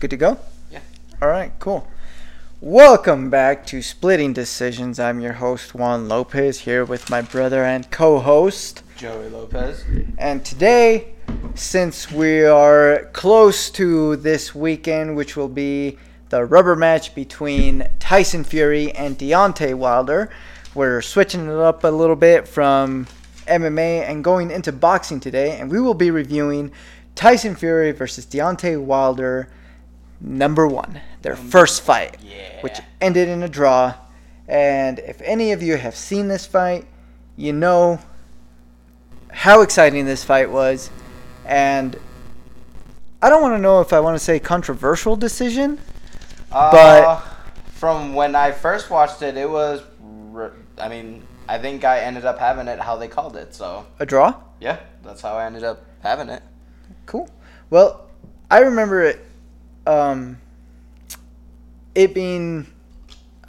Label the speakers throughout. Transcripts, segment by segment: Speaker 1: Good to go?
Speaker 2: Yeah.
Speaker 1: All right, cool. Welcome back to Splitting Decisions. I'm your host, Juan Lopez, here with my brother and co host.
Speaker 2: Joey Lopez.
Speaker 1: And today, since we are close to this weekend, which will be the rubber match between Tyson Fury and Deontay Wilder, we're switching it up a little bit from MMA and going into boxing today, and we will be reviewing Tyson Fury versus Deontay Wilder, number one, their first fight,
Speaker 2: Yeah.
Speaker 1: which ended in a draw. And if any of you have seen this fight, you know how exciting this fight was, and I don't want to know if I want to say controversial decision.
Speaker 2: Uh,
Speaker 1: but-
Speaker 2: from when I first watched it, it was. r I I mean, I think I ended up having it how they called it. So
Speaker 1: A draw?
Speaker 2: yeah, that's how I ended up having it.
Speaker 1: Cool. Well, I remember it. Um, it being,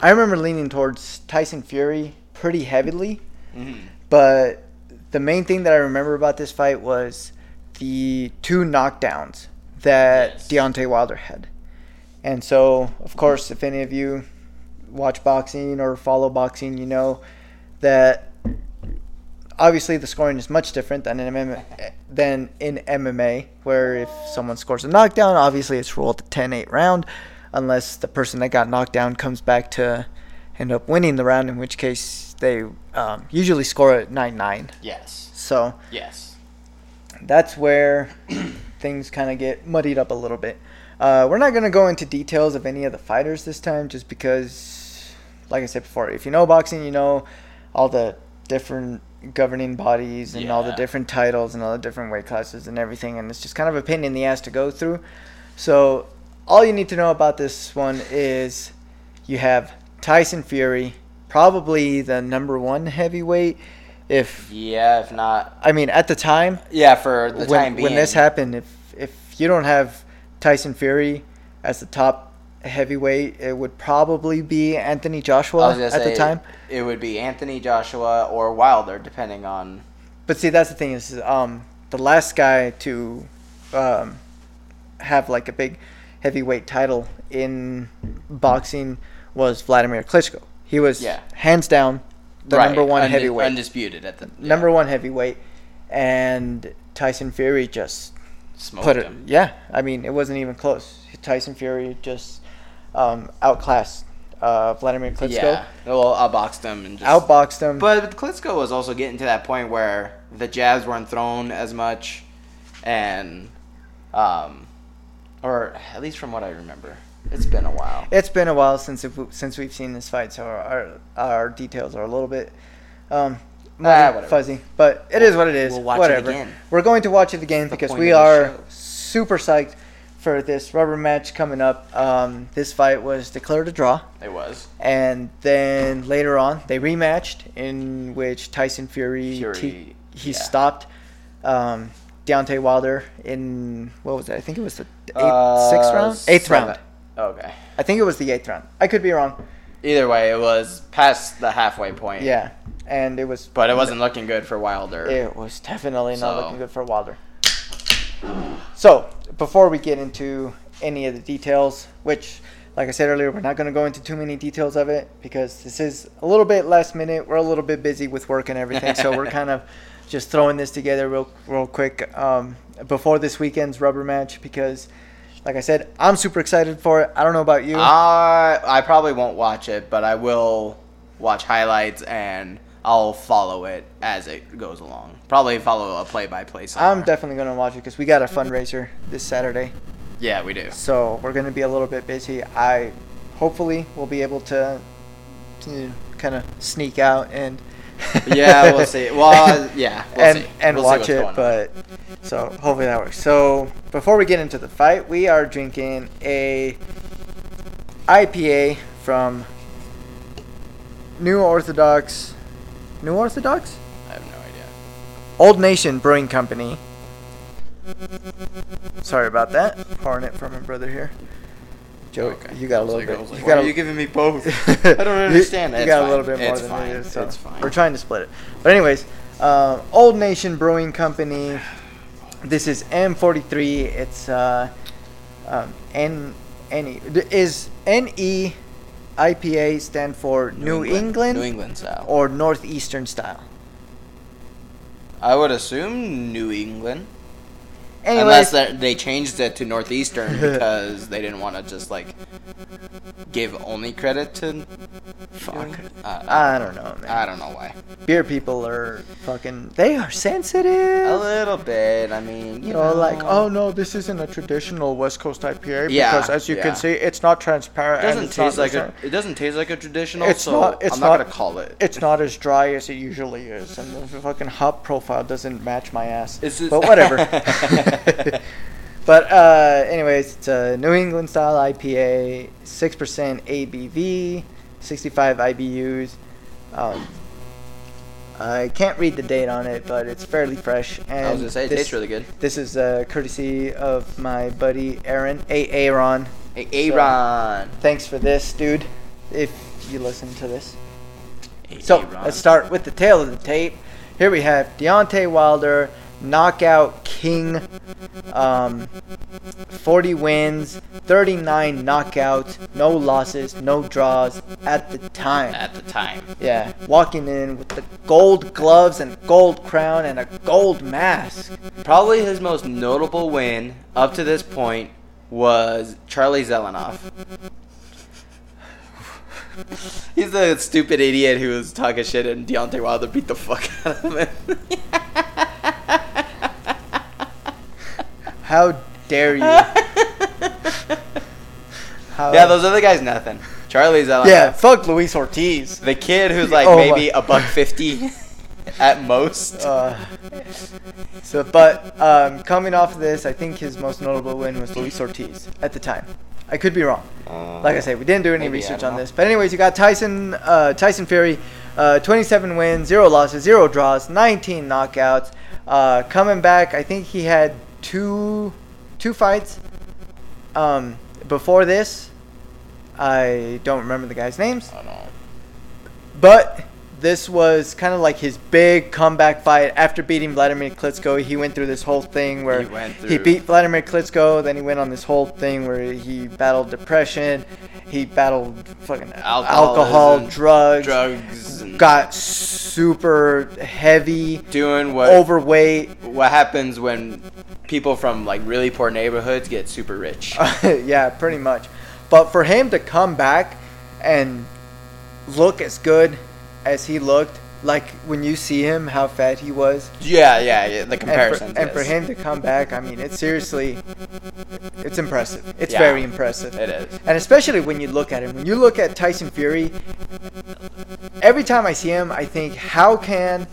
Speaker 1: I remember leaning towards Tyson Fury pretty heavily,
Speaker 2: Mm-hmm.
Speaker 1: but the main thing that I remember about this fight was the two knockdowns that
Speaker 2: Yes.
Speaker 1: Deontay Wilder had. And so, of course, if any of you watch boxing or follow boxing, you know that obviously the scoring is much different than in MMA, than in MMA, where if someone scores a knockdown, obviously it's ruled a 10-8 round, unless the person that got knocked down comes back to end up winning the round, in which case they um, usually score at 9-9.
Speaker 2: Yes.
Speaker 1: So
Speaker 2: Yes.
Speaker 1: that's where things kind of get muddied up a little bit. Uh, we're not going to go into details of any of the fighters this time, just because, like I said before, if you know boxing, you know all the different governing bodies and all the
Speaker 2: Yeah.
Speaker 1: different titles and all the different weight classes and everything, and it's just kind of a pain in the ass to go through. So, all you need to know about this one is you have Tyson Fury, probably the number one heavyweight. If
Speaker 2: Yeah. If not.
Speaker 1: I mean, at the time,
Speaker 2: Yeah. For the
Speaker 1: when,
Speaker 2: time being.
Speaker 1: when this happened, if if you don't have Tyson Fury as the top heavyweight, it would probably be Anthony
Speaker 2: I was
Speaker 1: Joshua
Speaker 2: gonna
Speaker 1: at the
Speaker 2: say
Speaker 1: time.
Speaker 2: it would be Anthony Joshua or Wilder, depending on.
Speaker 1: But see, that's the thing is, um, the last guy to um, have like a big heavyweight title in boxing was Vladimir Klitschko. He was
Speaker 2: Yeah.
Speaker 1: hands down the
Speaker 2: Right,
Speaker 1: number one
Speaker 2: unde-
Speaker 1: heavyweight.
Speaker 2: undisputed at the yeah,
Speaker 1: Number one heavyweight, and Tyson Fury just
Speaker 2: smoked
Speaker 1: put it.
Speaker 2: him.
Speaker 1: Yeah, I mean, it wasn't even close. Tyson Fury just um, outclassed uh, Vladimir Klitschko,
Speaker 2: yeah, well, I boxed him and just
Speaker 1: outboxed him.
Speaker 2: But Klitschko was also getting to that point where the jabs weren't thrown as much, and, um, or at least from what I remember, it's been a while.
Speaker 1: it's been a while since if, since we've seen this fight, so our our, our details are a little bit um, muddy,
Speaker 2: Ah, whatever.
Speaker 1: fuzzy. But it is what it is.
Speaker 2: We'll watch it
Speaker 1: whatever.
Speaker 2: again.
Speaker 1: We're going to watch it again
Speaker 2: the
Speaker 1: because
Speaker 2: point
Speaker 1: we
Speaker 2: of the
Speaker 1: are
Speaker 2: show.
Speaker 1: super psyched for this rubber match coming up. Um, this fight was declared a draw.
Speaker 2: It was
Speaker 1: and then later on they rematched in which Tyson Fury,
Speaker 2: Fury,
Speaker 1: he- he
Speaker 2: yeah.
Speaker 1: stopped um, Deontay Wilder in what was it? I think it was the eighth,
Speaker 2: Uh,
Speaker 1: sixth round, eighth
Speaker 2: seven-
Speaker 1: round.
Speaker 2: Okay.
Speaker 1: I think it was the eighth round. I could be wrong.
Speaker 2: Either way, it was past the halfway point.
Speaker 1: Yeah, and it was,
Speaker 2: But it wasn't looking good for Wilder.
Speaker 1: It was definitely not
Speaker 2: So-
Speaker 1: looking good for Wilder. So before we get into any of the details, which like I said earlier, we're not going to go into too many details of it because this is a little bit last minute. We're a little bit busy with work and everything, so we're kind of just throwing this together real, real quick um, before this weekend's rubber match because, like I said, I'm super excited for it. I don't know about you.
Speaker 2: Ah. I I probably won't watch it, but I will watch highlights and I'll follow it as it goes along. Probably follow a play by play.
Speaker 1: I'm definitely going to watch it because we got a fundraiser this Saturday.
Speaker 2: Yeah, we do.
Speaker 1: so we're going to be a little bit busy. I hopefully will be able to, to kind of sneak out and
Speaker 2: yeah, we'll see. Well, yeah, we'll
Speaker 1: and
Speaker 2: see.
Speaker 1: and
Speaker 2: We'll see
Speaker 1: watch
Speaker 2: what's
Speaker 1: it.
Speaker 2: going on.
Speaker 1: But so hopefully that works. So before we get into the fight, we are drinking a IPA from New Orthodox, New Orthodox,
Speaker 2: I have no idea.
Speaker 1: Old Nation Brewing Company. Sorry about that. Pouring it for my brother here. Joe, you got a
Speaker 2: I was
Speaker 1: little
Speaker 2: like- I
Speaker 1: bit.
Speaker 2: was like,
Speaker 1: you
Speaker 2: why
Speaker 1: got a,
Speaker 2: are you giving me both?
Speaker 1: you-
Speaker 2: I don't understand.
Speaker 1: You,
Speaker 2: It's
Speaker 1: got
Speaker 2: fine.
Speaker 1: a little bit more
Speaker 2: It's
Speaker 1: than
Speaker 2: fine.
Speaker 1: it is. So
Speaker 2: It's fine.
Speaker 1: We're trying to split it. But anyways, uh, Old Nation Brewing Company. This is M43. It's uh, Um, N NE is E NE IPA stand for New, England,
Speaker 2: New England style.
Speaker 1: or Northeastern style.
Speaker 2: I would assume New England. Unless
Speaker 1: Anyways,
Speaker 2: they they changed it to Northeastern because they didn't want to just like give only credit to.
Speaker 1: fuck.
Speaker 2: Uh,
Speaker 1: I don't know, man.
Speaker 2: I don't know why.
Speaker 1: Beer people are fucking. They are
Speaker 2: A
Speaker 1: sensitive.
Speaker 2: little bit. I mean,
Speaker 1: You know, like, oh no, this isn't a traditional West Coast IPA
Speaker 2: Yeah,
Speaker 1: because, as you
Speaker 2: yeah.
Speaker 1: can see, it's not transparent.
Speaker 2: it
Speaker 1: and
Speaker 2: doesn't
Speaker 1: it's not
Speaker 2: taste like a.
Speaker 1: transparent.
Speaker 2: It doesn't taste like a traditional.
Speaker 1: It's
Speaker 2: so
Speaker 1: not- it's
Speaker 2: I'm not,
Speaker 1: not-
Speaker 2: gonna call it.
Speaker 1: It's not as dry as it usually is, and the fucking hop profile doesn't match my ass.
Speaker 2: It's just-
Speaker 1: but whatever. but uh, anyways, it's a New England style IPA, six percent ABV, sixty-five IBUs. Um, I can't read the date on it, but it's fairly fresh. And
Speaker 2: I was gonna say it
Speaker 1: this,
Speaker 2: tastes really good.
Speaker 1: This is uh, courtesy of my buddy Aaron, a Aaron.
Speaker 2: Hey, Aaron.
Speaker 1: Thanks for this, dude. If you listen to this. So let's start with the tail of the tape. Here we have Deontay Wilder, knockout king, um, 40 wins, 39 knockouts, no losses, no draws at the time.
Speaker 2: At the time,
Speaker 1: Yeah, walking in with the gold gloves and gold crown and a gold mask.
Speaker 2: probably his most notable win up to this point was Charlie Zelenoff. He's the stupid idiot who was talking shit, and Deontay Wilder beat the fuck out of him.
Speaker 1: How dare you? How
Speaker 2: yeah, those other guys, nothing. Charlie Zelenoff.
Speaker 1: Yeah, fuck Luis Ortiz.
Speaker 2: The kid who's like
Speaker 1: Oh my-
Speaker 2: maybe a buck fifty at most.
Speaker 1: Uh, so, but um, coming off of this, I think his most notable win was Luis Ortiz at the time. I could be wrong. Like I said, we didn't do any
Speaker 2: Maybe, I
Speaker 1: research
Speaker 2: don't
Speaker 1: on
Speaker 2: know.
Speaker 1: this. But anyways, you got Tyson, uh, Tyson Fury, uh, 27 wins, zero losses, zero draws, 19 knockouts. Uh, coming back, I think he had two, two fights. Um, before this, I don't remember the guys' names.
Speaker 2: I don't know.
Speaker 1: But this was kind of like his big comeback fight after beating Vladimir Klitschko. He went through this whole thing where
Speaker 2: He went through-
Speaker 1: beat Vladimir Klitschko, then he went on this whole thing where he battled depression, he battled fucking
Speaker 2: Alcoholism,
Speaker 1: alcohol, drugs,
Speaker 2: Drugs. And
Speaker 1: got super heavy,
Speaker 2: doing what
Speaker 1: overweight.
Speaker 2: what happens when people from like really poor neighborhoods get super rich.
Speaker 1: Uh, yeah, pretty much. But for him to come back and look as good as he looked, like when you see him, how fat he was,
Speaker 2: yeah, yeah, yeah. The
Speaker 1: and
Speaker 2: comparison.
Speaker 1: for, and for him to come back, I mean, it's seriously, it's impressive. It's
Speaker 2: Yeah.
Speaker 1: very impressive.
Speaker 2: it is.
Speaker 1: And especially when you look at him, when you look at Tyson Fury, every time I see him, I think, how can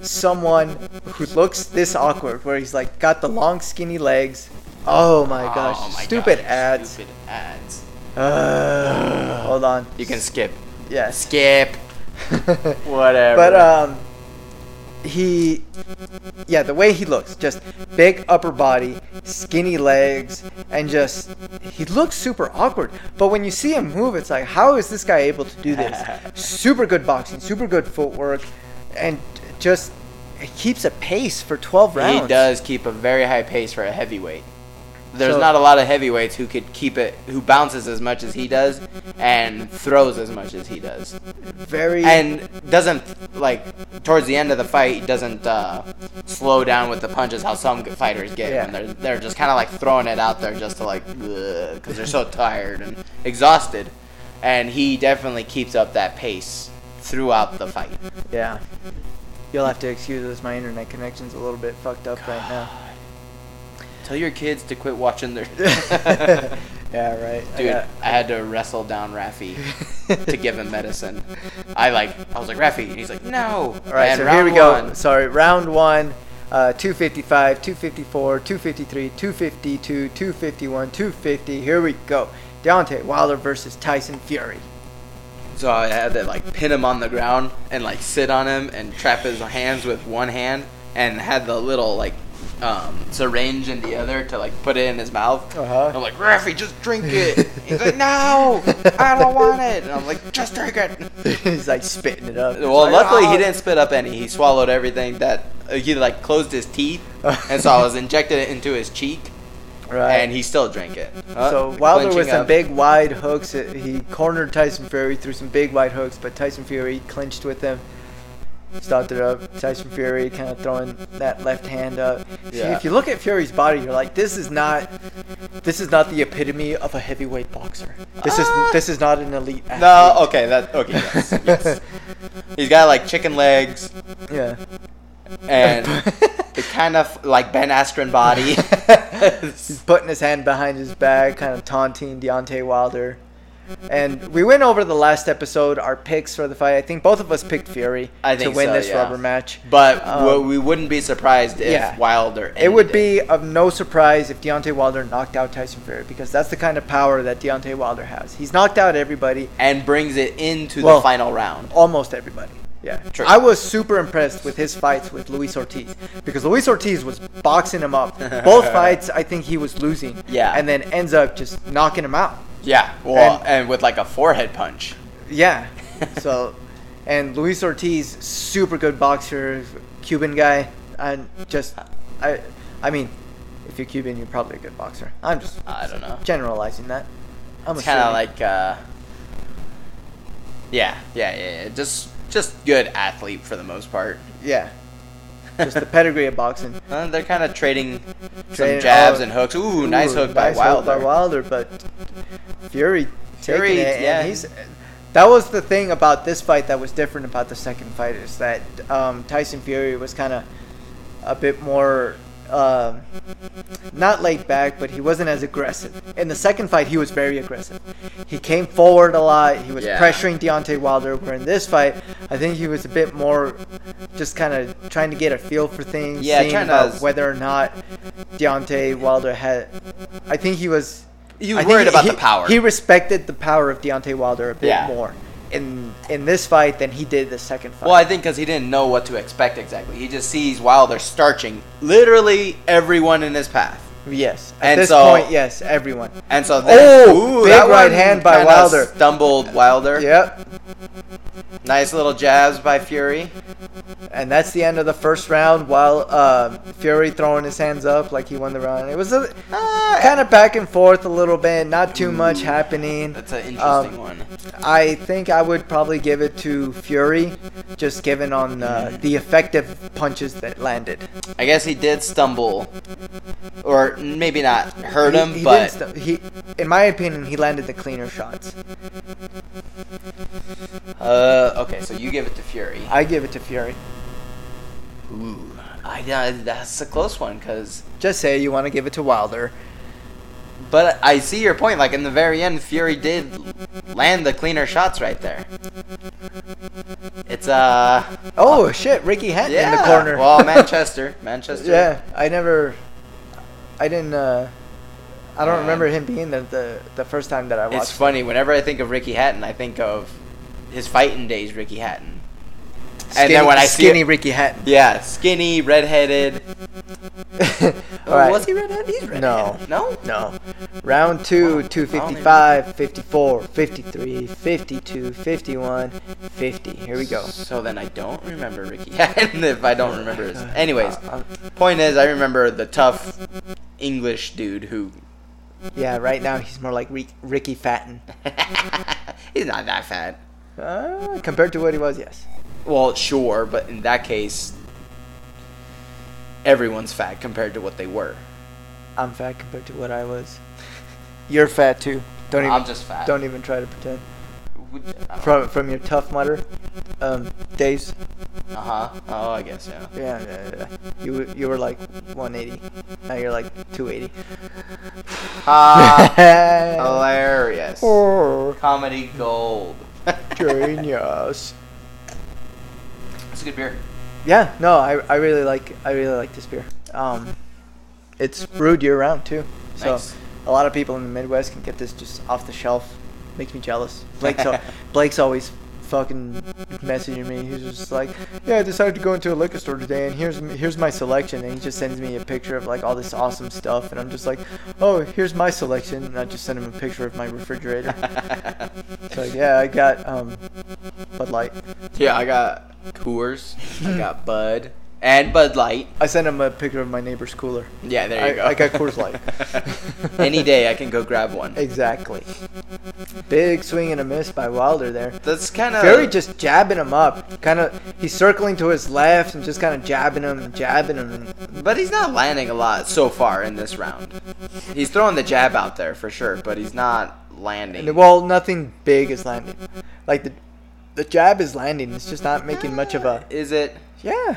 Speaker 1: someone who looks this awkward, where he's like got the long, skinny legs, oh my gosh,
Speaker 2: Oh my
Speaker 1: stupid
Speaker 2: gosh,
Speaker 1: ads.
Speaker 2: Stupid ads.
Speaker 1: Ugh, hold on.
Speaker 2: You can skip.
Speaker 1: yes.
Speaker 2: Skip. Whatever.
Speaker 1: but um, he, yeah, the way he looks, just big upper body, skinny legs, and just he looks super awkward. But when you see him move, it's like, how is this guy able to do this? super good boxing, super good footwork, and just it keeps a pace for 12 rounds.
Speaker 2: he does keep a very high pace for a heavyweight. There's
Speaker 1: So-
Speaker 2: not a lot of heavyweights who could keep it, who bounces as much as he does, and throws as much as he does,
Speaker 1: Very
Speaker 2: and doesn't like towards the end of the fight doesn't uh, slow down with the punches how some fighters get
Speaker 1: Yeah.
Speaker 2: when they're they're just kind of like throwing it out there just to like because they're so tired and exhausted, and he definitely keeps up that pace throughout the fight.
Speaker 1: yeah. You'll have to excuse us. My internet connection's a little bit fucked up right now.
Speaker 2: Tell your kids to quit watching their.
Speaker 1: yeah, right. I
Speaker 2: Dude,
Speaker 1: got-
Speaker 2: I had to wrestle down Rafi to give him medicine. I like, I was like Rafi, and he's like, no.
Speaker 1: All right, so here we go. Sorry, round one. Uh, 255, 254, 253, 252, 251, 250. Here we go. Deontay Wilder versus Tyson Fury.
Speaker 2: So I had to like pin him on the ground and like sit on him and trap his hands with one hand and had the little like um, syringe in the other to like put it in his mouth.
Speaker 1: Uh-huh.
Speaker 2: I'm like, Rafi, just drink it. he's like, no, I don't want it. And I'm like, just drink it.
Speaker 1: He's like spitting it up.
Speaker 2: Well,
Speaker 1: He's like,
Speaker 2: luckily
Speaker 1: "Ah."
Speaker 2: he didn't spit up any. He swallowed everything that uh, he like closed his teeth, and so I was injected it into his cheek,
Speaker 1: Right.
Speaker 2: and he still drank it. Uh,
Speaker 1: so Wilder with
Speaker 2: clinching
Speaker 1: some
Speaker 2: up.
Speaker 1: big wide hooks, it- he cornered Tyson Fury through some big wide hooks, but Tyson Fury clinched with him, stopped it up. Tyson Fury kind of throwing that left hand up. See,
Speaker 2: Yeah.
Speaker 1: if you look at Fury's body, you're like, this is not, this is not the epitome of a heavyweight boxer. This
Speaker 2: Ah.
Speaker 1: is this is not an elite. Athlete.
Speaker 2: No, okay, that okay. Yes, yes. He's got like chicken legs
Speaker 1: yeah.
Speaker 2: and the kind of like Ben Askren body.
Speaker 1: He's putting his hand behind his back, kind of taunting Deontay Wilder. And we went over the last episode our picks for the fight. I think both of us picked Fury
Speaker 2: I
Speaker 1: to
Speaker 2: think
Speaker 1: win
Speaker 2: so,
Speaker 1: this
Speaker 2: yeah.
Speaker 1: rubber match.
Speaker 2: but
Speaker 1: Um,
Speaker 2: wo- we wouldn't be surprised if
Speaker 1: yeah.
Speaker 2: Wilder. Ended
Speaker 1: It would be of no surprise if Deontay Wilder knocked out Tyson Fury because that's the kind of power that Deontay Wilder has. He's knocked out everybody,
Speaker 2: and brings it into
Speaker 1: Well-
Speaker 2: the final round.
Speaker 1: almost everybody. Yeah.
Speaker 2: True.
Speaker 1: I was super impressed with his fights with Luis Ortiz because Luis Ortiz was boxing him up. Both fights, I think he was losing.
Speaker 2: Yeah.
Speaker 1: And then ends up just knocking him out.
Speaker 2: Yeah, well,
Speaker 1: And-
Speaker 2: and, with like a forehead punch.
Speaker 1: Yeah. So, and Luis Ortiz, super good boxer, Cuban guy. And just, I, I mean, if you're Cuban, you're probably a good boxer. I'm just
Speaker 2: I don't know.
Speaker 1: generalizing that. I'm
Speaker 2: It's kind of
Speaker 1: assuming.
Speaker 2: like, uh, yeah, yeah, yeah, yeah, just just good athlete for the most part.
Speaker 1: yeah, just the pedigree of boxing.
Speaker 2: Uh, they're kind of trading some
Speaker 1: Trading-
Speaker 2: jabs
Speaker 1: oh,
Speaker 2: and hooks. Ooh, nice hook by
Speaker 1: nice
Speaker 2: Wilder.
Speaker 1: by Wilder, but Fury, Fury,
Speaker 2: Fury,
Speaker 1: yeah,
Speaker 2: yeah.
Speaker 1: he's. That was the thing about this fight that was different about the second fight is that um, Tyson Fury was kind of a bit more um, not laid back, but he wasn't as aggressive. In the second fight, he was very aggressive. He came forward a lot. He was
Speaker 2: Yeah.
Speaker 1: pressuring Deontay Wilder. Where in this fight, I think he was a bit more just kind of trying to get a feel for things,
Speaker 2: Yeah,
Speaker 1: seeing
Speaker 2: trying to-
Speaker 1: about whether or not Deontay Wilder had. I think he was.
Speaker 2: He was
Speaker 1: I think
Speaker 2: worried about the
Speaker 1: he-
Speaker 2: power.
Speaker 1: He respected the power of Deontay Wilder a bit
Speaker 2: Yeah.
Speaker 1: more in in this fight than he did the second fight.
Speaker 2: Well, I think because he didn't know what to expect exactly. He just sees Wilder starching literally everyone in his path.
Speaker 1: yes, at
Speaker 2: and
Speaker 1: this
Speaker 2: so-
Speaker 1: point, yes, everyone.
Speaker 2: And so then,
Speaker 1: Oh,
Speaker 2: ooh,
Speaker 1: big
Speaker 2: that
Speaker 1: right
Speaker 2: one
Speaker 1: hand by
Speaker 2: kinda
Speaker 1: Wilder.
Speaker 2: Stumbled Wilder.
Speaker 1: Yep,
Speaker 2: Nice little jabs by Fury.
Speaker 1: and that's the end of the first round. While uh, Fury throwing his hands up like he won the round, it was a
Speaker 2: Ah,
Speaker 1: kind of back and forth a little bit, not too much happening.
Speaker 2: that's an
Speaker 1: Um,
Speaker 2: interesting one.
Speaker 1: I think I would probably give it to Fury, just given on uh, the effective punches that landed.
Speaker 2: I guess he did stumble, or maybe not hurt
Speaker 1: He-
Speaker 2: him,
Speaker 1: he,
Speaker 2: but
Speaker 1: didn't st- he, in my opinion, he landed the cleaner shots.
Speaker 2: uh, okay. So you give it to Fury.
Speaker 1: I give it to Fury.
Speaker 2: Ooh, I, yeah, that's a close one because,
Speaker 1: Just say you want to give it to Wilder.
Speaker 2: but I see your point. Like in the very end, Fury did land the cleaner shots right there. It's uh,
Speaker 1: Oh shit, Ricky Hatton
Speaker 2: yeah.
Speaker 1: in the corner.
Speaker 2: Well, Manchester, Manchester.
Speaker 1: yeah, I never, I didn't. Uh, I don't
Speaker 2: Man.
Speaker 1: remember him being there the the first time that I watched.
Speaker 2: It's funny. Whenever I think of Ricky Hatton, I think of his fighting days, Ricky Hatton. and then when I see it-
Speaker 1: skinny Ricky Hatton.
Speaker 2: Yeah, skinny, redheaded.
Speaker 1: All right.
Speaker 2: Oh, Was he redheaded? He's redheaded.
Speaker 1: No.
Speaker 2: No.
Speaker 1: No. Round two,
Speaker 2: Wow.
Speaker 1: 255, 54, 53, 52, 51, 50. Here we go.
Speaker 2: So then I don't remember Ricky Hatton if I don't remember his. Anyways,
Speaker 1: Uh,
Speaker 2: point is I remember the tough English dude who.
Speaker 1: Yeah, right now he's more like Re- Ricky Fatten.
Speaker 2: He's not that fat.
Speaker 1: Uh, compared to what he was, yes.
Speaker 2: Well, sure, but in that case, everyone's fat compared to what they were.
Speaker 1: I'm fat compared to what I was. You're fat too. Don't even
Speaker 2: I'm just fat.
Speaker 1: don't even try to pretend.
Speaker 2: Uh
Speaker 1: From from your tough mutter um, days.
Speaker 2: huh. Oh, I guess yeah.
Speaker 1: Yeah, yeah, yeah. You were- you were like 180. Now you're like 280.
Speaker 2: Ha! Oh, hilarious.
Speaker 1: or
Speaker 2: Comedy gold.
Speaker 1: genius.
Speaker 2: It's a good beer.
Speaker 1: Yeah, no, I, I really like I really like this beer. Um, it's brewed year round too, so
Speaker 2: Nice.
Speaker 1: a lot of people in the Midwest can get this just off the shelf. Makes me jealous. Blake's al- Blake's always fucking messaging me. He's just like, yeah, I decided to go into a liquor store today, and here's here's my selection. And he just sends me a picture of like all this awesome stuff, and I'm just like, oh, here's my selection. And I just send him a picture of my refrigerator. it's like, yeah, I got um, Bud Light.
Speaker 2: Yeah, I got Coors. I got Bud. and Bud Light.
Speaker 1: I sent him a picture of my neighbor's cooler.
Speaker 2: Yeah, there you
Speaker 1: I-
Speaker 2: go.
Speaker 1: I got Coors Light.
Speaker 2: Any day I can go grab one.
Speaker 1: Exactly. Big swing and a miss by Wilder there.
Speaker 2: That's kind of
Speaker 1: Fury just jabbing him up. Kind of, he's circling to his left and just kind of jabbing him, and jabbing him.
Speaker 2: But he's not landing a lot so far in this round. He's throwing the jab out there for sure, but he's not landing.
Speaker 1: And, well, nothing big is landing. Like the, the jab is landing. It's just not making much of a.
Speaker 2: Is it?
Speaker 1: Yeah.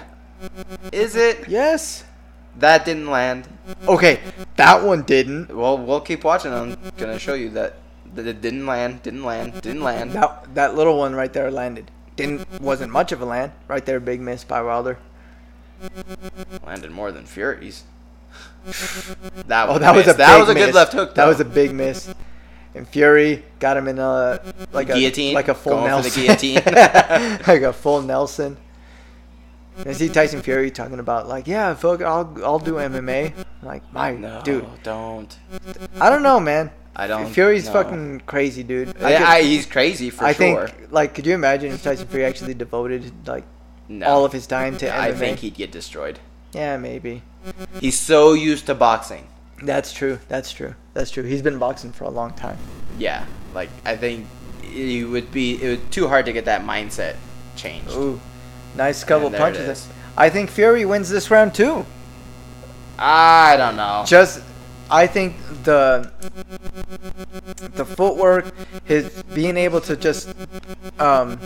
Speaker 2: Is it?
Speaker 1: Yes.
Speaker 2: That didn't land.
Speaker 1: Okay, that one didn't.
Speaker 2: Well, we'll keep watching. I'm gonna show you that that it didn't land, didn't land, didn't land.
Speaker 1: That that little one right there landed. Didn't wasn't much of a land right there. Big miss by Wilder.
Speaker 2: Landed more than Fury's. That was
Speaker 1: Oh, that was a
Speaker 2: that
Speaker 1: big
Speaker 2: was a good
Speaker 1: miss.
Speaker 2: left hook.
Speaker 1: That
Speaker 2: though.
Speaker 1: was a big miss. And Fury got him in a like a
Speaker 2: Guillotine?
Speaker 1: like a full
Speaker 2: Going for
Speaker 1: Nelson,
Speaker 2: the guillotine.
Speaker 1: like a full Nelson. And I see Tyson Fury talking about like, yeah, fuck, I'll I'll do MMA. I'm like, my
Speaker 2: no,
Speaker 1: dude,
Speaker 2: Don't.
Speaker 1: I don't know, man.
Speaker 2: I don't.
Speaker 1: Fury's
Speaker 2: know.
Speaker 1: fucking crazy, dude.
Speaker 2: I,
Speaker 1: could-
Speaker 2: I, he's crazy for
Speaker 1: I
Speaker 2: sure.
Speaker 1: think like, could you imagine if Tyson Fury actually devoted like
Speaker 2: no.
Speaker 1: all of his time to
Speaker 2: I
Speaker 1: MMA?
Speaker 2: think he'd get destroyed.
Speaker 1: yeah, maybe.
Speaker 2: He's so used to boxing.
Speaker 1: That's true. That's true. That's true. He's been boxing for a long time.
Speaker 2: Yeah, like I think it would be it would too hard to get that mindset changed.
Speaker 1: Ooh, nice couple
Speaker 2: And there it
Speaker 1: punches.
Speaker 2: is.
Speaker 1: I think Fury wins this round too.
Speaker 2: I don't know.
Speaker 1: Just, I think the the footwork, his being able to just, um,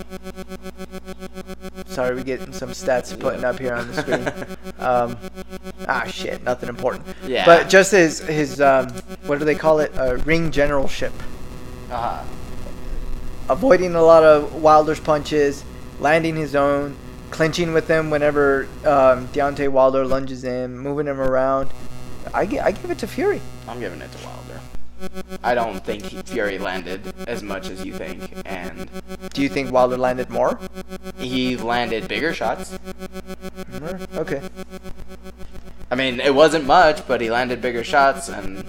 Speaker 1: sorry, we're getting some stats putting up here on the screen. Um, ah, shit, nothing important.
Speaker 2: Yeah.
Speaker 1: But just his his um, what do they call it? Uh, ring generalship.
Speaker 2: uh,
Speaker 1: avoiding a lot of Wilder's punches, landing his own, clinching with him whenever um, Deontay Wilder lunges in, moving him around. I, gi- I give it to Fury.
Speaker 2: I'm giving it to Wilder. I don't think he- Fury landed as much as you think, and
Speaker 1: Do you think Wilder landed more?
Speaker 2: he landed bigger shots.
Speaker 1: Mhm. Okay.
Speaker 2: I mean, it wasn't much, but he landed bigger shots, and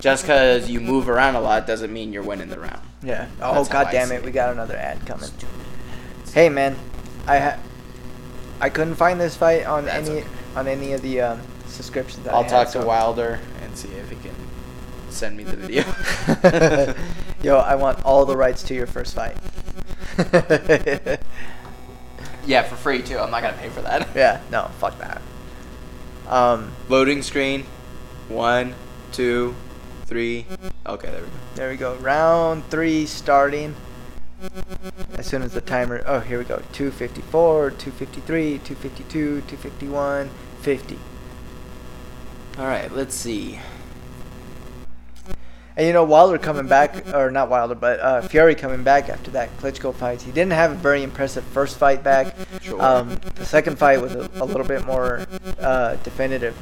Speaker 2: just because you move around a lot doesn't mean you're winning the round.
Speaker 1: Yeah. Oh
Speaker 2: That's how
Speaker 1: god
Speaker 2: I
Speaker 1: damn
Speaker 2: see
Speaker 1: it, we got another ad coming. Hey man, I ha- I couldn't find this fight on
Speaker 2: That's
Speaker 1: any
Speaker 2: okay.
Speaker 1: on any of the um, subscriptions that I
Speaker 2: I'll
Speaker 1: had,
Speaker 2: talk to
Speaker 1: so-
Speaker 2: Wilder and see if he can send me the video.
Speaker 1: Yo, I want all the rights to your first fight.
Speaker 2: yeah, for free too. I'm not gonna pay for that.
Speaker 1: Yeah, no, fuck that. Um,
Speaker 2: Loading screen. One, two, three. Okay, there we go.
Speaker 1: there we go. Round three starting. As soon as the timer. Oh, here we go. 254, 253, 252, 251, 50.
Speaker 2: All right, let's see.
Speaker 1: And you know, Wilder coming back, or not Wilder, but uh, Fury coming back after that Klitschko fight. He didn't have a very impressive first fight back.
Speaker 2: Sure.
Speaker 1: Um, the second fight was a, a little bit more uh, definitive,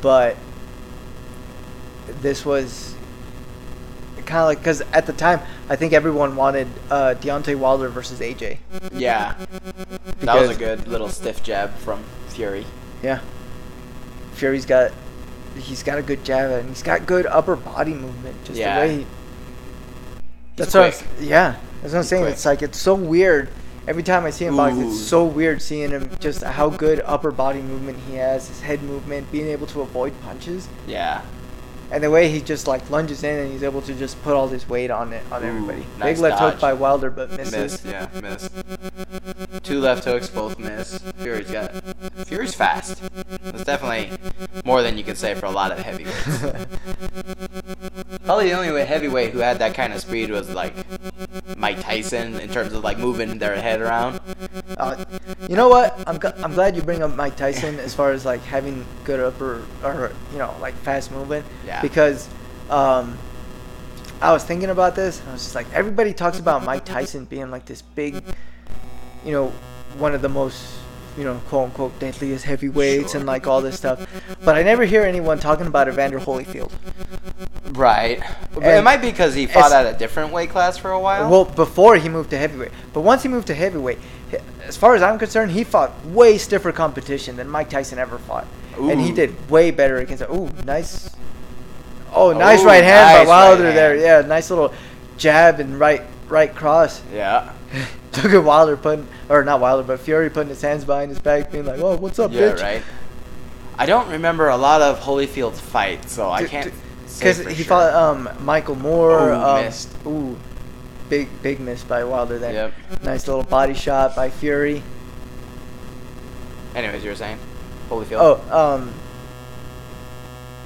Speaker 1: but this was kind of like because at the time I think everyone wanted uh, Deontay Wilder versus AJ.
Speaker 2: Yeah, that was a
Speaker 1: because-
Speaker 2: good little stiff jab from Fury.
Speaker 1: Yeah. Fury's got he's got a good jab and he's got good upper body movement. Just
Speaker 2: Yeah.
Speaker 1: the way he, That's
Speaker 2: quick.
Speaker 1: what I'm, yeah. That's what I'm
Speaker 2: He's
Speaker 1: saying.
Speaker 2: quick.
Speaker 1: It's like it's so weird. Every time I see him box,
Speaker 2: Ooh.
Speaker 1: it's so weird seeing him just how good upper body movement he has, his head movement, being able to avoid punches,
Speaker 2: Yeah,
Speaker 1: and the way he just like lunges in and he's able to just put all this weight on it on
Speaker 2: Ooh,
Speaker 1: everybody.
Speaker 2: nice
Speaker 1: Big left
Speaker 2: dodge.
Speaker 1: hook by Wilder, but misses.
Speaker 2: missed. Yeah, missed. Two left hooks, both miss. Fury's got. Fury's fast. That's definitely more than you can say for a lot of heavyweights. Probably the only way- heavyweight who had that kind of speed was like Mike Tyson in terms of like moving their head around.
Speaker 1: Uh, you know what? I'm, gl- I'm glad you bring up Mike Tyson as far as like having good upper or you know like fast movement.
Speaker 2: Yeah.
Speaker 1: Because um, I was thinking about this and I was just like everybody talks about Mike Tyson being like this big, you know, one of the most you know quote unquote deadliest heavyweights and
Speaker 2: Sure.
Speaker 1: like all this stuff, but I never hear anyone talking about Evander Holyfield.
Speaker 2: Right. But it
Speaker 1: And
Speaker 2: might be because he fought
Speaker 1: it's-
Speaker 2: at a different weight class for a while.
Speaker 1: Well, before he moved to heavyweight, but once he moved to heavyweight, h- as far as I'm concerned, he fought way stiffer competition than Mike Tyson ever fought, and he
Speaker 2: Ooh.
Speaker 1: did way better against. Ooh, nice! Oh, nice
Speaker 2: Ooh,
Speaker 1: right hand
Speaker 2: nice
Speaker 1: by Wilder
Speaker 2: right
Speaker 1: there.
Speaker 2: hand.
Speaker 1: Yeah, nice little jab and right right cross.
Speaker 2: yeah.
Speaker 1: Look at Wilder putting, or not Wilder, but Fury putting his hands behind his back, being like, "Whoa, what's up,
Speaker 2: yeah,
Speaker 1: bitch?"
Speaker 2: right. I don't remember a lot of Holyfield's fights, so I
Speaker 1: D-
Speaker 2: can't.
Speaker 1: d-
Speaker 2: say
Speaker 1: Because
Speaker 2: for
Speaker 1: he
Speaker 2: sure.
Speaker 1: fought um, Michael Moore.
Speaker 2: Ooh,
Speaker 1: um,
Speaker 2: missed.
Speaker 1: Ooh, big big miss by Wilder there.
Speaker 2: Yep.
Speaker 1: Nice little body shot by Fury.
Speaker 2: Anyways, you were saying Holyfield.
Speaker 1: Oh, um,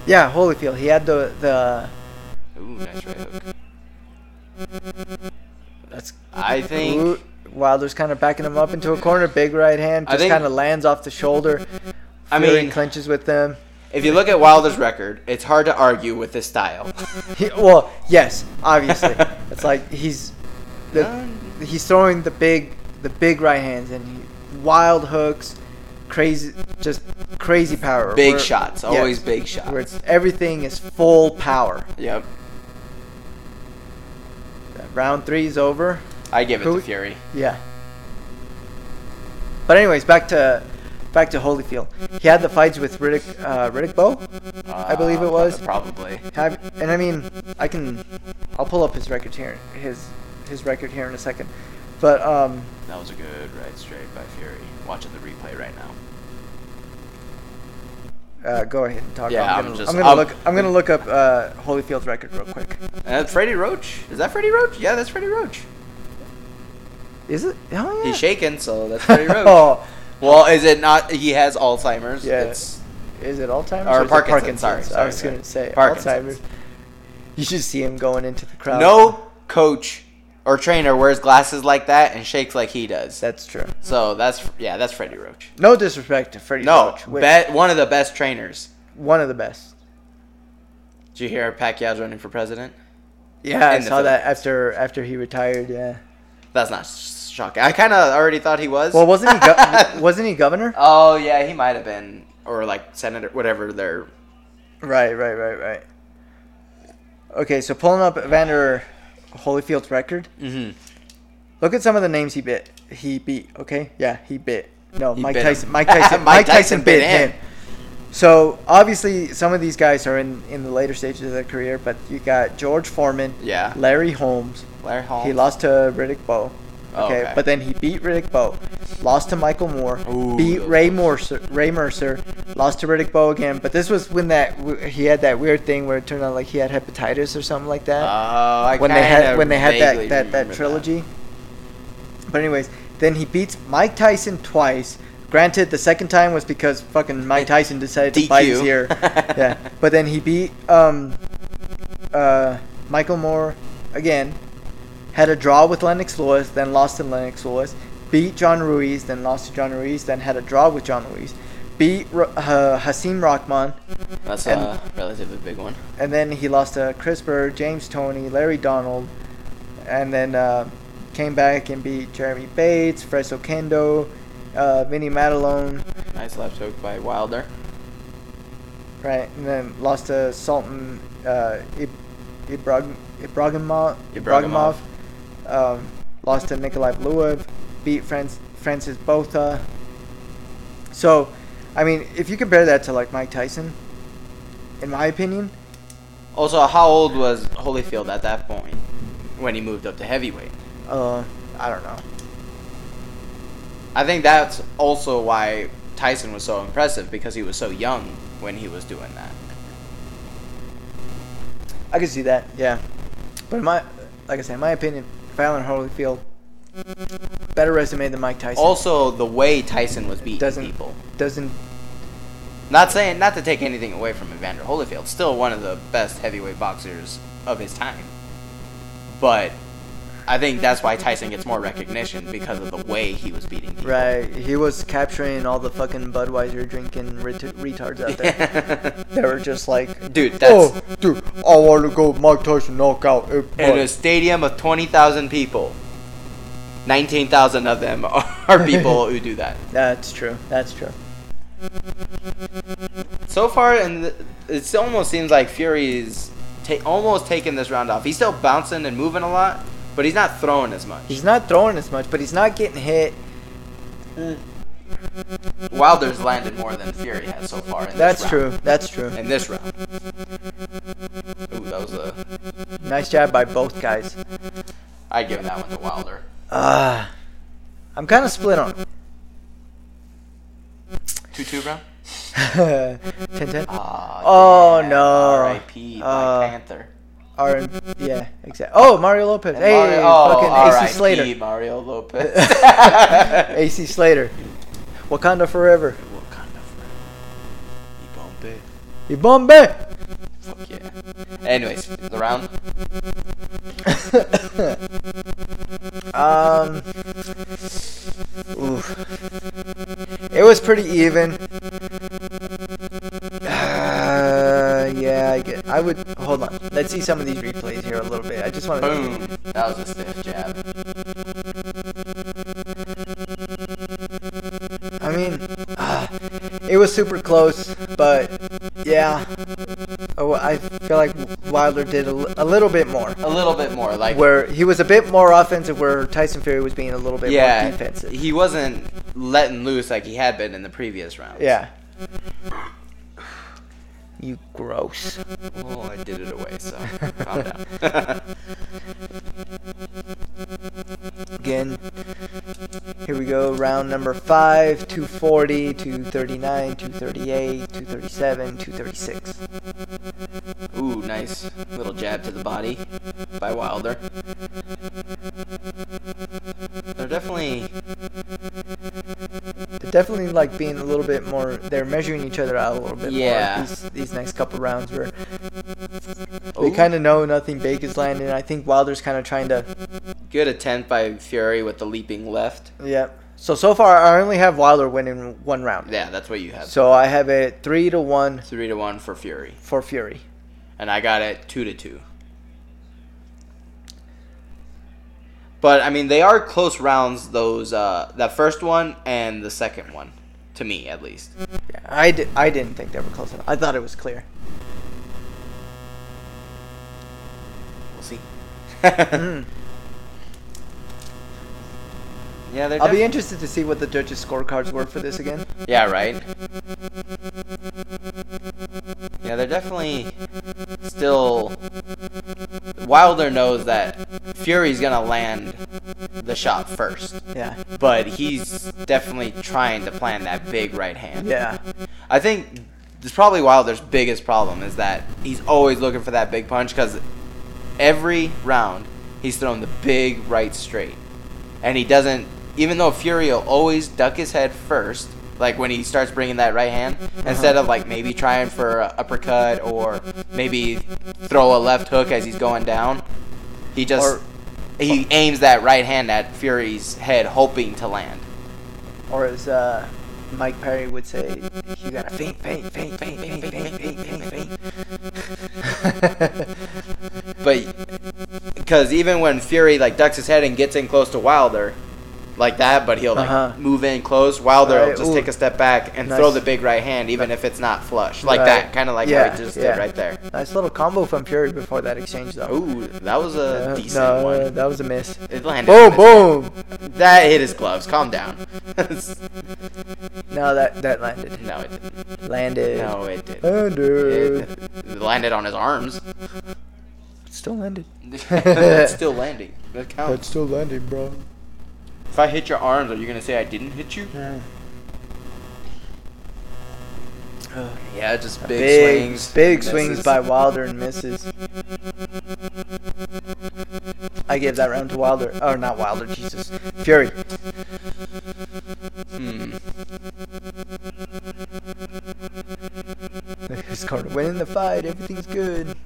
Speaker 1: yeah, Holyfield. He had the the.
Speaker 2: Ooh, nice right hook.
Speaker 1: That's.
Speaker 2: I think.
Speaker 1: Ooh, Wilder's kind of backing him up into a corner. Big right hand
Speaker 2: I
Speaker 1: just
Speaker 2: think-
Speaker 1: kind of lands off the shoulder.
Speaker 2: I
Speaker 1: Fury
Speaker 2: mean-
Speaker 1: clinches with them.
Speaker 2: If you look at Wilder's record, it's hard to argue with his style.
Speaker 1: He, well, yes, obviously. it's like he's the, he's throwing the big the big right hands and he, wild hooks, crazy just crazy power.
Speaker 2: Big
Speaker 1: Where-
Speaker 2: shots, always big shots.
Speaker 1: Where it's, everything is full power.
Speaker 2: Yep,
Speaker 1: Round three is over.
Speaker 2: I give it
Speaker 1: Who-
Speaker 2: to Fury.
Speaker 1: Yeah. But anyways, back to back to Holyfield. He had the fights with Riddick uh, Riddick Bowe, I believe
Speaker 2: Uh,
Speaker 1: it was.
Speaker 2: probably.
Speaker 1: Have, and I mean, I can, I'll pull up his record here, his his record here in a second, but um,
Speaker 2: That was a good right straight by Fury. Watching the replay right now.
Speaker 1: uh, go ahead and talk.
Speaker 2: Yeah,
Speaker 1: I'm
Speaker 2: I'm
Speaker 1: gonna,
Speaker 2: just-
Speaker 1: I'm gonna
Speaker 2: I'm-
Speaker 1: look. I'm gonna look up uh, Holyfield's record real quick.
Speaker 2: Uh, Freddie Roach. Is that Freddie Roach? Yeah, that's Freddie Roach.
Speaker 1: Is it? Oh, yeah.
Speaker 2: He's shaking, so that's Freddie Roach.
Speaker 1: oh,
Speaker 2: Well, is it not? He has Alzheimer's.
Speaker 1: Yeah.
Speaker 2: It's,
Speaker 1: is it Alzheimer's
Speaker 2: Or
Speaker 1: is it
Speaker 2: Parkinson's, sorry,
Speaker 1: I was
Speaker 2: sorry,
Speaker 1: gonna
Speaker 2: sorry.
Speaker 1: say
Speaker 2: Parkinson's.
Speaker 1: Alzheimer's. You should see him going into the crowd.
Speaker 2: no coach or trainer wears glasses like that and shakes like he does.
Speaker 1: that's true.
Speaker 2: so that's yeah, that's Freddie Roach.
Speaker 1: No disrespect to Freddie
Speaker 2: No,
Speaker 1: Roach, which-
Speaker 2: bet one of the best trainers.
Speaker 1: one of the best.
Speaker 2: Did you hear Pacquiao's running for president?
Speaker 1: Yeah, I
Speaker 2: in the
Speaker 1: saw that after after he retired. Yeah.
Speaker 2: That's not sh- shocking. I kind of already thought he was.
Speaker 1: Well, wasn't he go- wasn't he governor?
Speaker 2: oh yeah, he might have been, or like senator, whatever. They're
Speaker 1: Right, right, right, right. Okay, so pulling up Evander Holyfield's record. Look at some of the names he bit. He beat. Okay, yeah, he bit. No, Mike
Speaker 2: bit
Speaker 1: Tyson,
Speaker 2: him.
Speaker 1: Mike Tyson.
Speaker 2: Mike
Speaker 1: Mike Tyson.
Speaker 2: Tyson
Speaker 1: bit
Speaker 2: bit
Speaker 1: him.
Speaker 2: him.
Speaker 1: So obviously, some of these guys are in in the later stages of their career. But you got George Foreman.
Speaker 2: Yeah.
Speaker 1: Larry Holmes.
Speaker 2: Larry Holmes.
Speaker 1: He lost to Riddick Bowe.
Speaker 2: Oh,
Speaker 1: Okay,
Speaker 2: okay.
Speaker 1: but then he beat Riddick Bowe, lost to Michael Moore,
Speaker 2: Ooh,
Speaker 1: beat
Speaker 2: those
Speaker 1: Ray Mercer, Ray Mercer, lost to Riddick Bowe again. But this was when that w- he had that weird thing where it turned out like he had hepatitis or something like
Speaker 2: Oh,
Speaker 1: that
Speaker 2: I
Speaker 1: when they had
Speaker 2: kinda
Speaker 1: when they had
Speaker 2: vaguely
Speaker 1: that that,
Speaker 2: remember
Speaker 1: that trilogy. But anyways, then he beats Mike Tyson twice. Granted, the second time was because fucking Mike Tyson decided to bite his
Speaker 2: DQ.
Speaker 1: ear. yeah, but then he beat um, uh, Michael Moore again. Had a draw with Lennox Lewis, then lost to Lennox Lewis. Beat John Ruiz, then lost to John Ruiz. Then had a draw with John Ruiz. Beat Ro- uh, Hasim Rahman,
Speaker 2: That's
Speaker 1: And-
Speaker 2: a relatively big one.
Speaker 1: and then he lost to Chris Bird, James Tony, Larry Donald, and then uh, came back and beat Jeremy Bates, Fred Okendo, uh, Vinny Matalone,
Speaker 2: Nice left hook by Wilder.
Speaker 1: right? And then lost to Sultan uh, Ib- Ibrag- Ibragimov,
Speaker 2: Ibragimov.
Speaker 1: Ibragimov, um, lost to Nikolai Bluev, beat Franc- Francis Botha. So, I mean, if you compare that to like Mike Tyson, in my opinion,
Speaker 2: Also, how old was Holyfield at that point when he moved up to heavyweight?
Speaker 1: uh, I don't know.
Speaker 2: I think that's also why Tyson was so impressive because he was so young when he was doing that.
Speaker 1: I can see that, yeah. But in my, like I said, in my opinion, Fallon Holyfield better resume than Mike Tyson.
Speaker 2: Also, the way Tyson was beating
Speaker 1: doesn't
Speaker 2: people.
Speaker 1: doesn't
Speaker 2: Not saying not to take anything away from Evander Holyfield, still one of the best heavyweight boxers of his time. But I think that's why Tyson gets more recognition because of the way he was beating people.
Speaker 1: right. He was capturing all the fucking Budweiser drinking ret- retards out there. they were just like,
Speaker 2: Dude, that's
Speaker 1: oh, dude, I want to go Mike Tyson knockout.
Speaker 2: in a stadium of 20,000 people. 19,000 of them are people who do that.
Speaker 1: That's true. That's true.
Speaker 2: So far, and th- it almost seems like Fury's ta- almost taking this round off. He's still bouncing and moving a lot, but he's not throwing as much.
Speaker 1: He's not throwing as much, but he's not getting hit.
Speaker 2: Wilder's landed more than Fury has so far. In this
Speaker 1: That's
Speaker 2: round.
Speaker 1: true. That's true.
Speaker 2: In this round. Ooh, that was a.
Speaker 1: Nice job by both guys.
Speaker 2: I'd give that one to Wilder.
Speaker 1: Ah, I'm kind of split on it.
Speaker 2: Two two round.
Speaker 1: 10-10?
Speaker 2: Ah,
Speaker 1: Oh,
Speaker 2: damn,
Speaker 1: no.
Speaker 2: R.I.P. Black
Speaker 1: Uh,
Speaker 2: Panther.
Speaker 1: Or, yeah, exactly. Oh, Mario Lopez.
Speaker 2: And
Speaker 1: hey,
Speaker 2: Mario- oh,
Speaker 1: fucking
Speaker 2: R.I.P.
Speaker 1: AC Slater.
Speaker 2: Mario Lopez.
Speaker 1: AC Slater. Wakanda forever.
Speaker 2: Wakanda forever. Ibombe.
Speaker 1: Ibombe.
Speaker 2: Fuck yeah. Anyways, the round.
Speaker 1: um. oof. It was pretty even. Uh, yeah, I get. I would hold on. Let's see some of these replays here a little bit. I just want to.
Speaker 2: Boom. That was a stiff jab.
Speaker 1: I mean, ah, it was super close, but yeah. Oh, I feel like Wilder did a li- a little bit more.
Speaker 2: A little bit more, like
Speaker 1: Where he was a bit more offensive, where Tyson Fury was being a little bit
Speaker 2: yeah,
Speaker 1: more defensive.
Speaker 2: he wasn't letting loose like he had been in the previous rounds.
Speaker 1: Yeah. You gross.
Speaker 2: Well, I did it away, so calm down.
Speaker 1: Again, here we go. Round number five 240, 239, 238, 237, 236.
Speaker 2: Ooh, nice little jab to the body by Wilder. They're definitely
Speaker 1: They're definitely like being a little bit more. They're measuring each other out a little bit
Speaker 2: Yeah.
Speaker 1: more. These, these next couple rounds where they
Speaker 2: Ooh.
Speaker 1: kind of know nothing big is landing. I think Wilder's kind of trying to.
Speaker 2: good attempt by Fury with the leaping left.
Speaker 1: Yeah. So, so far, I only have Wilder winning one round.
Speaker 2: Yeah, that's what you have.
Speaker 1: So I have it 3 to 1
Speaker 2: Three to one for Fury,
Speaker 1: for Fury.
Speaker 2: and I got it two to two. But I mean, they are close rounds. Those uh, that first one and the second one, to me at least.
Speaker 1: Yeah, I, di- I didn't think they were close enough. I thought it was clear.
Speaker 2: We'll see.
Speaker 1: Mm.
Speaker 2: Yeah, they're.
Speaker 1: I'll be
Speaker 2: definitely-
Speaker 1: interested to see what the judges' scorecards were for this again.
Speaker 2: Yeah, right. Yeah, they're definitely still. Wilder knows that Fury's gonna land the shot first,
Speaker 1: Yeah.
Speaker 2: but he's definitely trying to plan that big right hand.
Speaker 1: Yeah.
Speaker 2: I think it's probably Wilder's biggest problem is that he's always looking for that big punch because every round he's throwing the big right straight, and he doesn't. Even though Fury will always duck his head first, like when he starts bringing that right hand, instead of like maybe trying for a uppercut or maybe throw a left hook as he's going down, he just
Speaker 1: Or-
Speaker 2: he aims that right hand at Fury's head, hoping to land.
Speaker 1: Or as uh, Mike Perry would say, you gotta faint, faint, faint, faint, faint, faint, faint, faint, faint.
Speaker 2: But because even when Fury like ducks his head and gets in close to Wilder, like that, but he'll like
Speaker 1: Uh-huh.
Speaker 2: move in close. Wilder
Speaker 1: Right,
Speaker 2: will just
Speaker 1: ooh.
Speaker 2: take a step back and
Speaker 1: Nice.
Speaker 2: throw the big right hand, even if it's not flush, like
Speaker 1: Right.
Speaker 2: that, kind of like
Speaker 1: Yeah,
Speaker 2: how he just
Speaker 1: yeah.
Speaker 2: did right there.
Speaker 1: Nice little combo from Fury before that exchange, though.
Speaker 2: Ooh, that was a
Speaker 1: Uh,
Speaker 2: decent
Speaker 1: no,
Speaker 2: one.
Speaker 1: that was a miss.
Speaker 2: It landed.
Speaker 1: Boom,
Speaker 2: on his-
Speaker 1: boom.
Speaker 2: That hit his gloves. Calm down.
Speaker 1: No, that that landed.
Speaker 2: no, it didn't.
Speaker 1: Landed.
Speaker 2: No, it didn't.
Speaker 1: Landed.
Speaker 2: It, it landed on his arms.
Speaker 1: Still landed.
Speaker 2: That's still landing. That counts.
Speaker 1: still landing, bro.
Speaker 2: If I hit your arms, are you gonna say I didn't hit you?
Speaker 1: Yeah. Ugh.
Speaker 2: Yeah, just big,
Speaker 1: big
Speaker 2: swings,
Speaker 1: big
Speaker 2: misses.
Speaker 1: swings by Wilder and misses. I gave that round to Wilder. Oh, not Wilder, Jesus. Fury.
Speaker 2: Hmm.
Speaker 1: He's going to win the fight. Everything's good.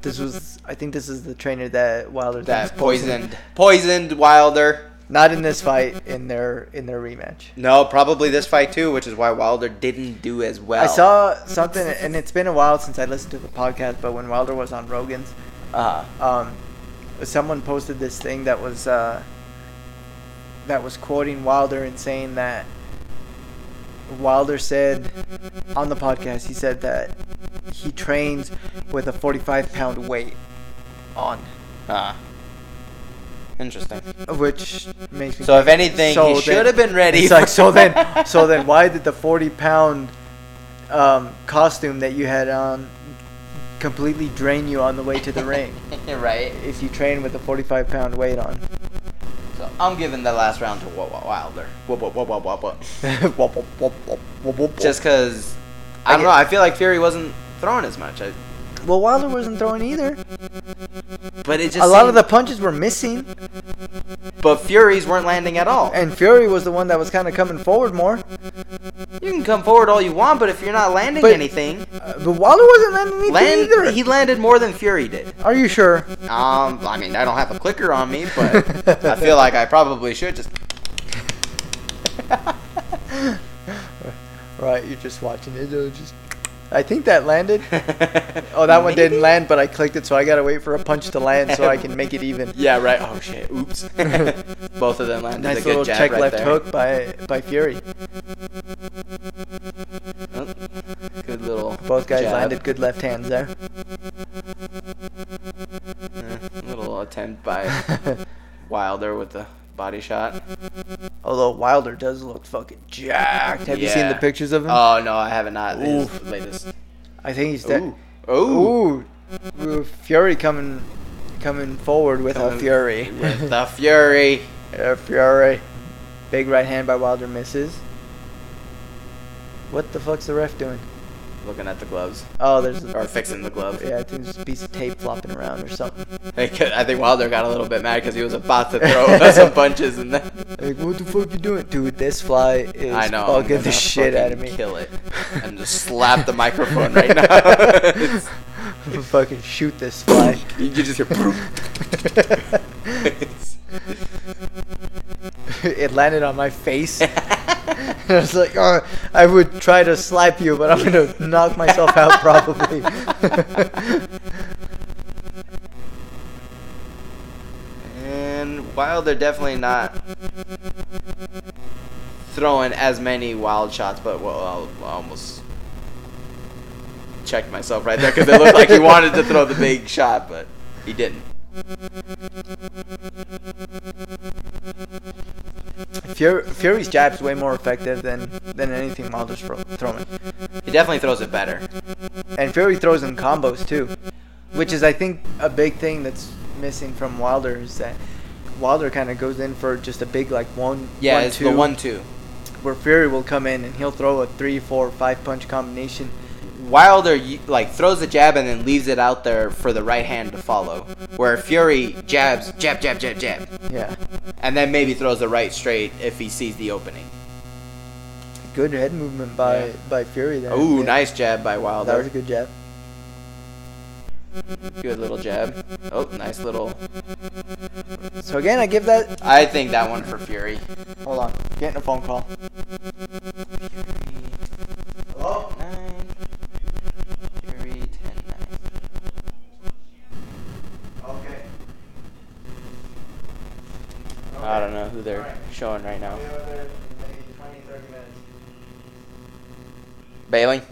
Speaker 1: This was, I think, this is the trainer that Wilder
Speaker 2: That
Speaker 1: thinks
Speaker 2: poisoned, poisoned Wilder.
Speaker 1: Not in this fight. In their in their rematch.
Speaker 2: No, probably this fight too, which is why Wilder didn't do as well.
Speaker 1: I saw something, and it's been a while since I listened to the podcast. But when Wilder was on Rogan's,
Speaker 2: Uh,
Speaker 1: um, someone posted this thing that was uh, that was quoting Wilder and saying that Wilder said on the podcast he said that he trains with a 45 pound weight on
Speaker 2: uh, interesting.
Speaker 1: which makes me
Speaker 2: So if anything,
Speaker 1: So
Speaker 2: he
Speaker 1: then-
Speaker 2: should have been ready.
Speaker 1: it's like so then so then why did the 40 pound um, costume that you had on completely drain you on the way to the ring
Speaker 2: right?
Speaker 1: if you train with a 45 pound weight on
Speaker 2: So I'm giving the last round to Wa- Wa- Wilder. Wa- Wa- Wa- Wa- Wa- Wa.
Speaker 1: Wop, wop, wop, wop, wop, wop.
Speaker 2: Just because, I
Speaker 1: I
Speaker 2: don't
Speaker 1: get-
Speaker 2: know. I feel like Fury wasn't throwing as much. I,
Speaker 1: well, Wilder wasn't throwing either.
Speaker 2: but it just
Speaker 1: A lot
Speaker 2: seemed-
Speaker 1: of the punches were missing,
Speaker 2: but Furies weren't landing at all.
Speaker 1: and Fury was the one that was kind of coming forward more. Uh,
Speaker 2: You can come forward all you want, but if you're not landing
Speaker 1: But-
Speaker 2: anything,
Speaker 1: Uh, but Wilder wasn't landing anything either.
Speaker 2: land, he landed more than Fury did.
Speaker 1: Are you sure?
Speaker 2: Um, I mean, I don't have a clicker on me, but I feel like I probably should just.
Speaker 1: Right, you're just watching it. it'll Just, I think that landed. Oh, that one didn't land, but I clicked it, so I gotta wait for a punch to land so I can make it even.
Speaker 2: Yeah, right. Oh shit! Oops. Both of them landed a
Speaker 1: Nice
Speaker 2: good
Speaker 1: little
Speaker 2: jab
Speaker 1: check
Speaker 2: right
Speaker 1: left
Speaker 2: there.
Speaker 1: hook by by Fury.
Speaker 2: Oh, Good little.
Speaker 1: Both guys
Speaker 2: jab.
Speaker 1: landed good left hands there.
Speaker 2: Eh, little attempt by Wilder with the body shot.
Speaker 1: Although Wilder does look fucking jacked. Have you seen
Speaker 2: Yeah.
Speaker 1: the pictures of him?
Speaker 2: Oh no, I have not. His
Speaker 1: Oof.
Speaker 2: latest.
Speaker 1: I think he's dead.
Speaker 2: Ooh. Ooh.
Speaker 1: Ooh, Ooh, Fury coming coming forward with
Speaker 2: Coming
Speaker 1: a Fury.
Speaker 2: With the Fury.
Speaker 1: a Fury. Big right hand by Wilder misses. What the fuck's the ref doing?
Speaker 2: Looking at the gloves
Speaker 1: Oh, there's a,
Speaker 2: or fixing the glove.
Speaker 1: yeah, I think there's a piece of tape flopping around or something.
Speaker 2: I could- I think Wilder got a little bit mad because he was about to throw some punches and then.
Speaker 1: Like, what the fuck you doing, dude? This fly is
Speaker 2: I know. I'm
Speaker 1: fucking
Speaker 2: gonna
Speaker 1: the shit out of
Speaker 2: fucking
Speaker 1: me.
Speaker 2: Kill it and just slap the microphone right now.
Speaker 1: fucking shoot this fly.
Speaker 2: you just hear.
Speaker 1: it landed on my face. I was like, oh, I would try to slap you, but I'm gonna knock myself out probably.
Speaker 2: and Wilder definitely not throwing as many wild shots, but well, I almost checked myself right there because it looked like he wanted to throw the big shot, but he didn't.
Speaker 1: Fury, Fury's jab's way more effective than than anything Wilder's fro- throwing,
Speaker 2: He definitely throws it better.
Speaker 1: and Fury throws in combos too, which is I think a big thing that's missing from Wilder is that Wilder kind of goes in for just a big like one
Speaker 2: Yeah,
Speaker 1: one,
Speaker 2: it's
Speaker 1: two,
Speaker 2: the one-two.
Speaker 1: where Fury will come in and he'll throw a three four five punch combination.
Speaker 2: Wilder y- like throws a jab and then leaves it out there for the right hand to follow. Where Fury jabs, jab, jab, jab, jab,
Speaker 1: Yeah,
Speaker 2: and then maybe throws a right straight if he sees the opening.
Speaker 1: good head movement by
Speaker 2: Yeah.
Speaker 1: by Fury there.
Speaker 2: Ooh,
Speaker 1: Yeah.
Speaker 2: nice jab by
Speaker 1: That was a
Speaker 2: Wilder.
Speaker 1: good jab.
Speaker 2: Good little jab. Oh, nice little.
Speaker 1: So again, I give that.
Speaker 2: I think that one for Fury.
Speaker 1: Hold on, getting a phone call.
Speaker 2: Oh, nine. Fury ten nine.
Speaker 1: Okay.
Speaker 2: I don't know who they're showing right now. Bailey.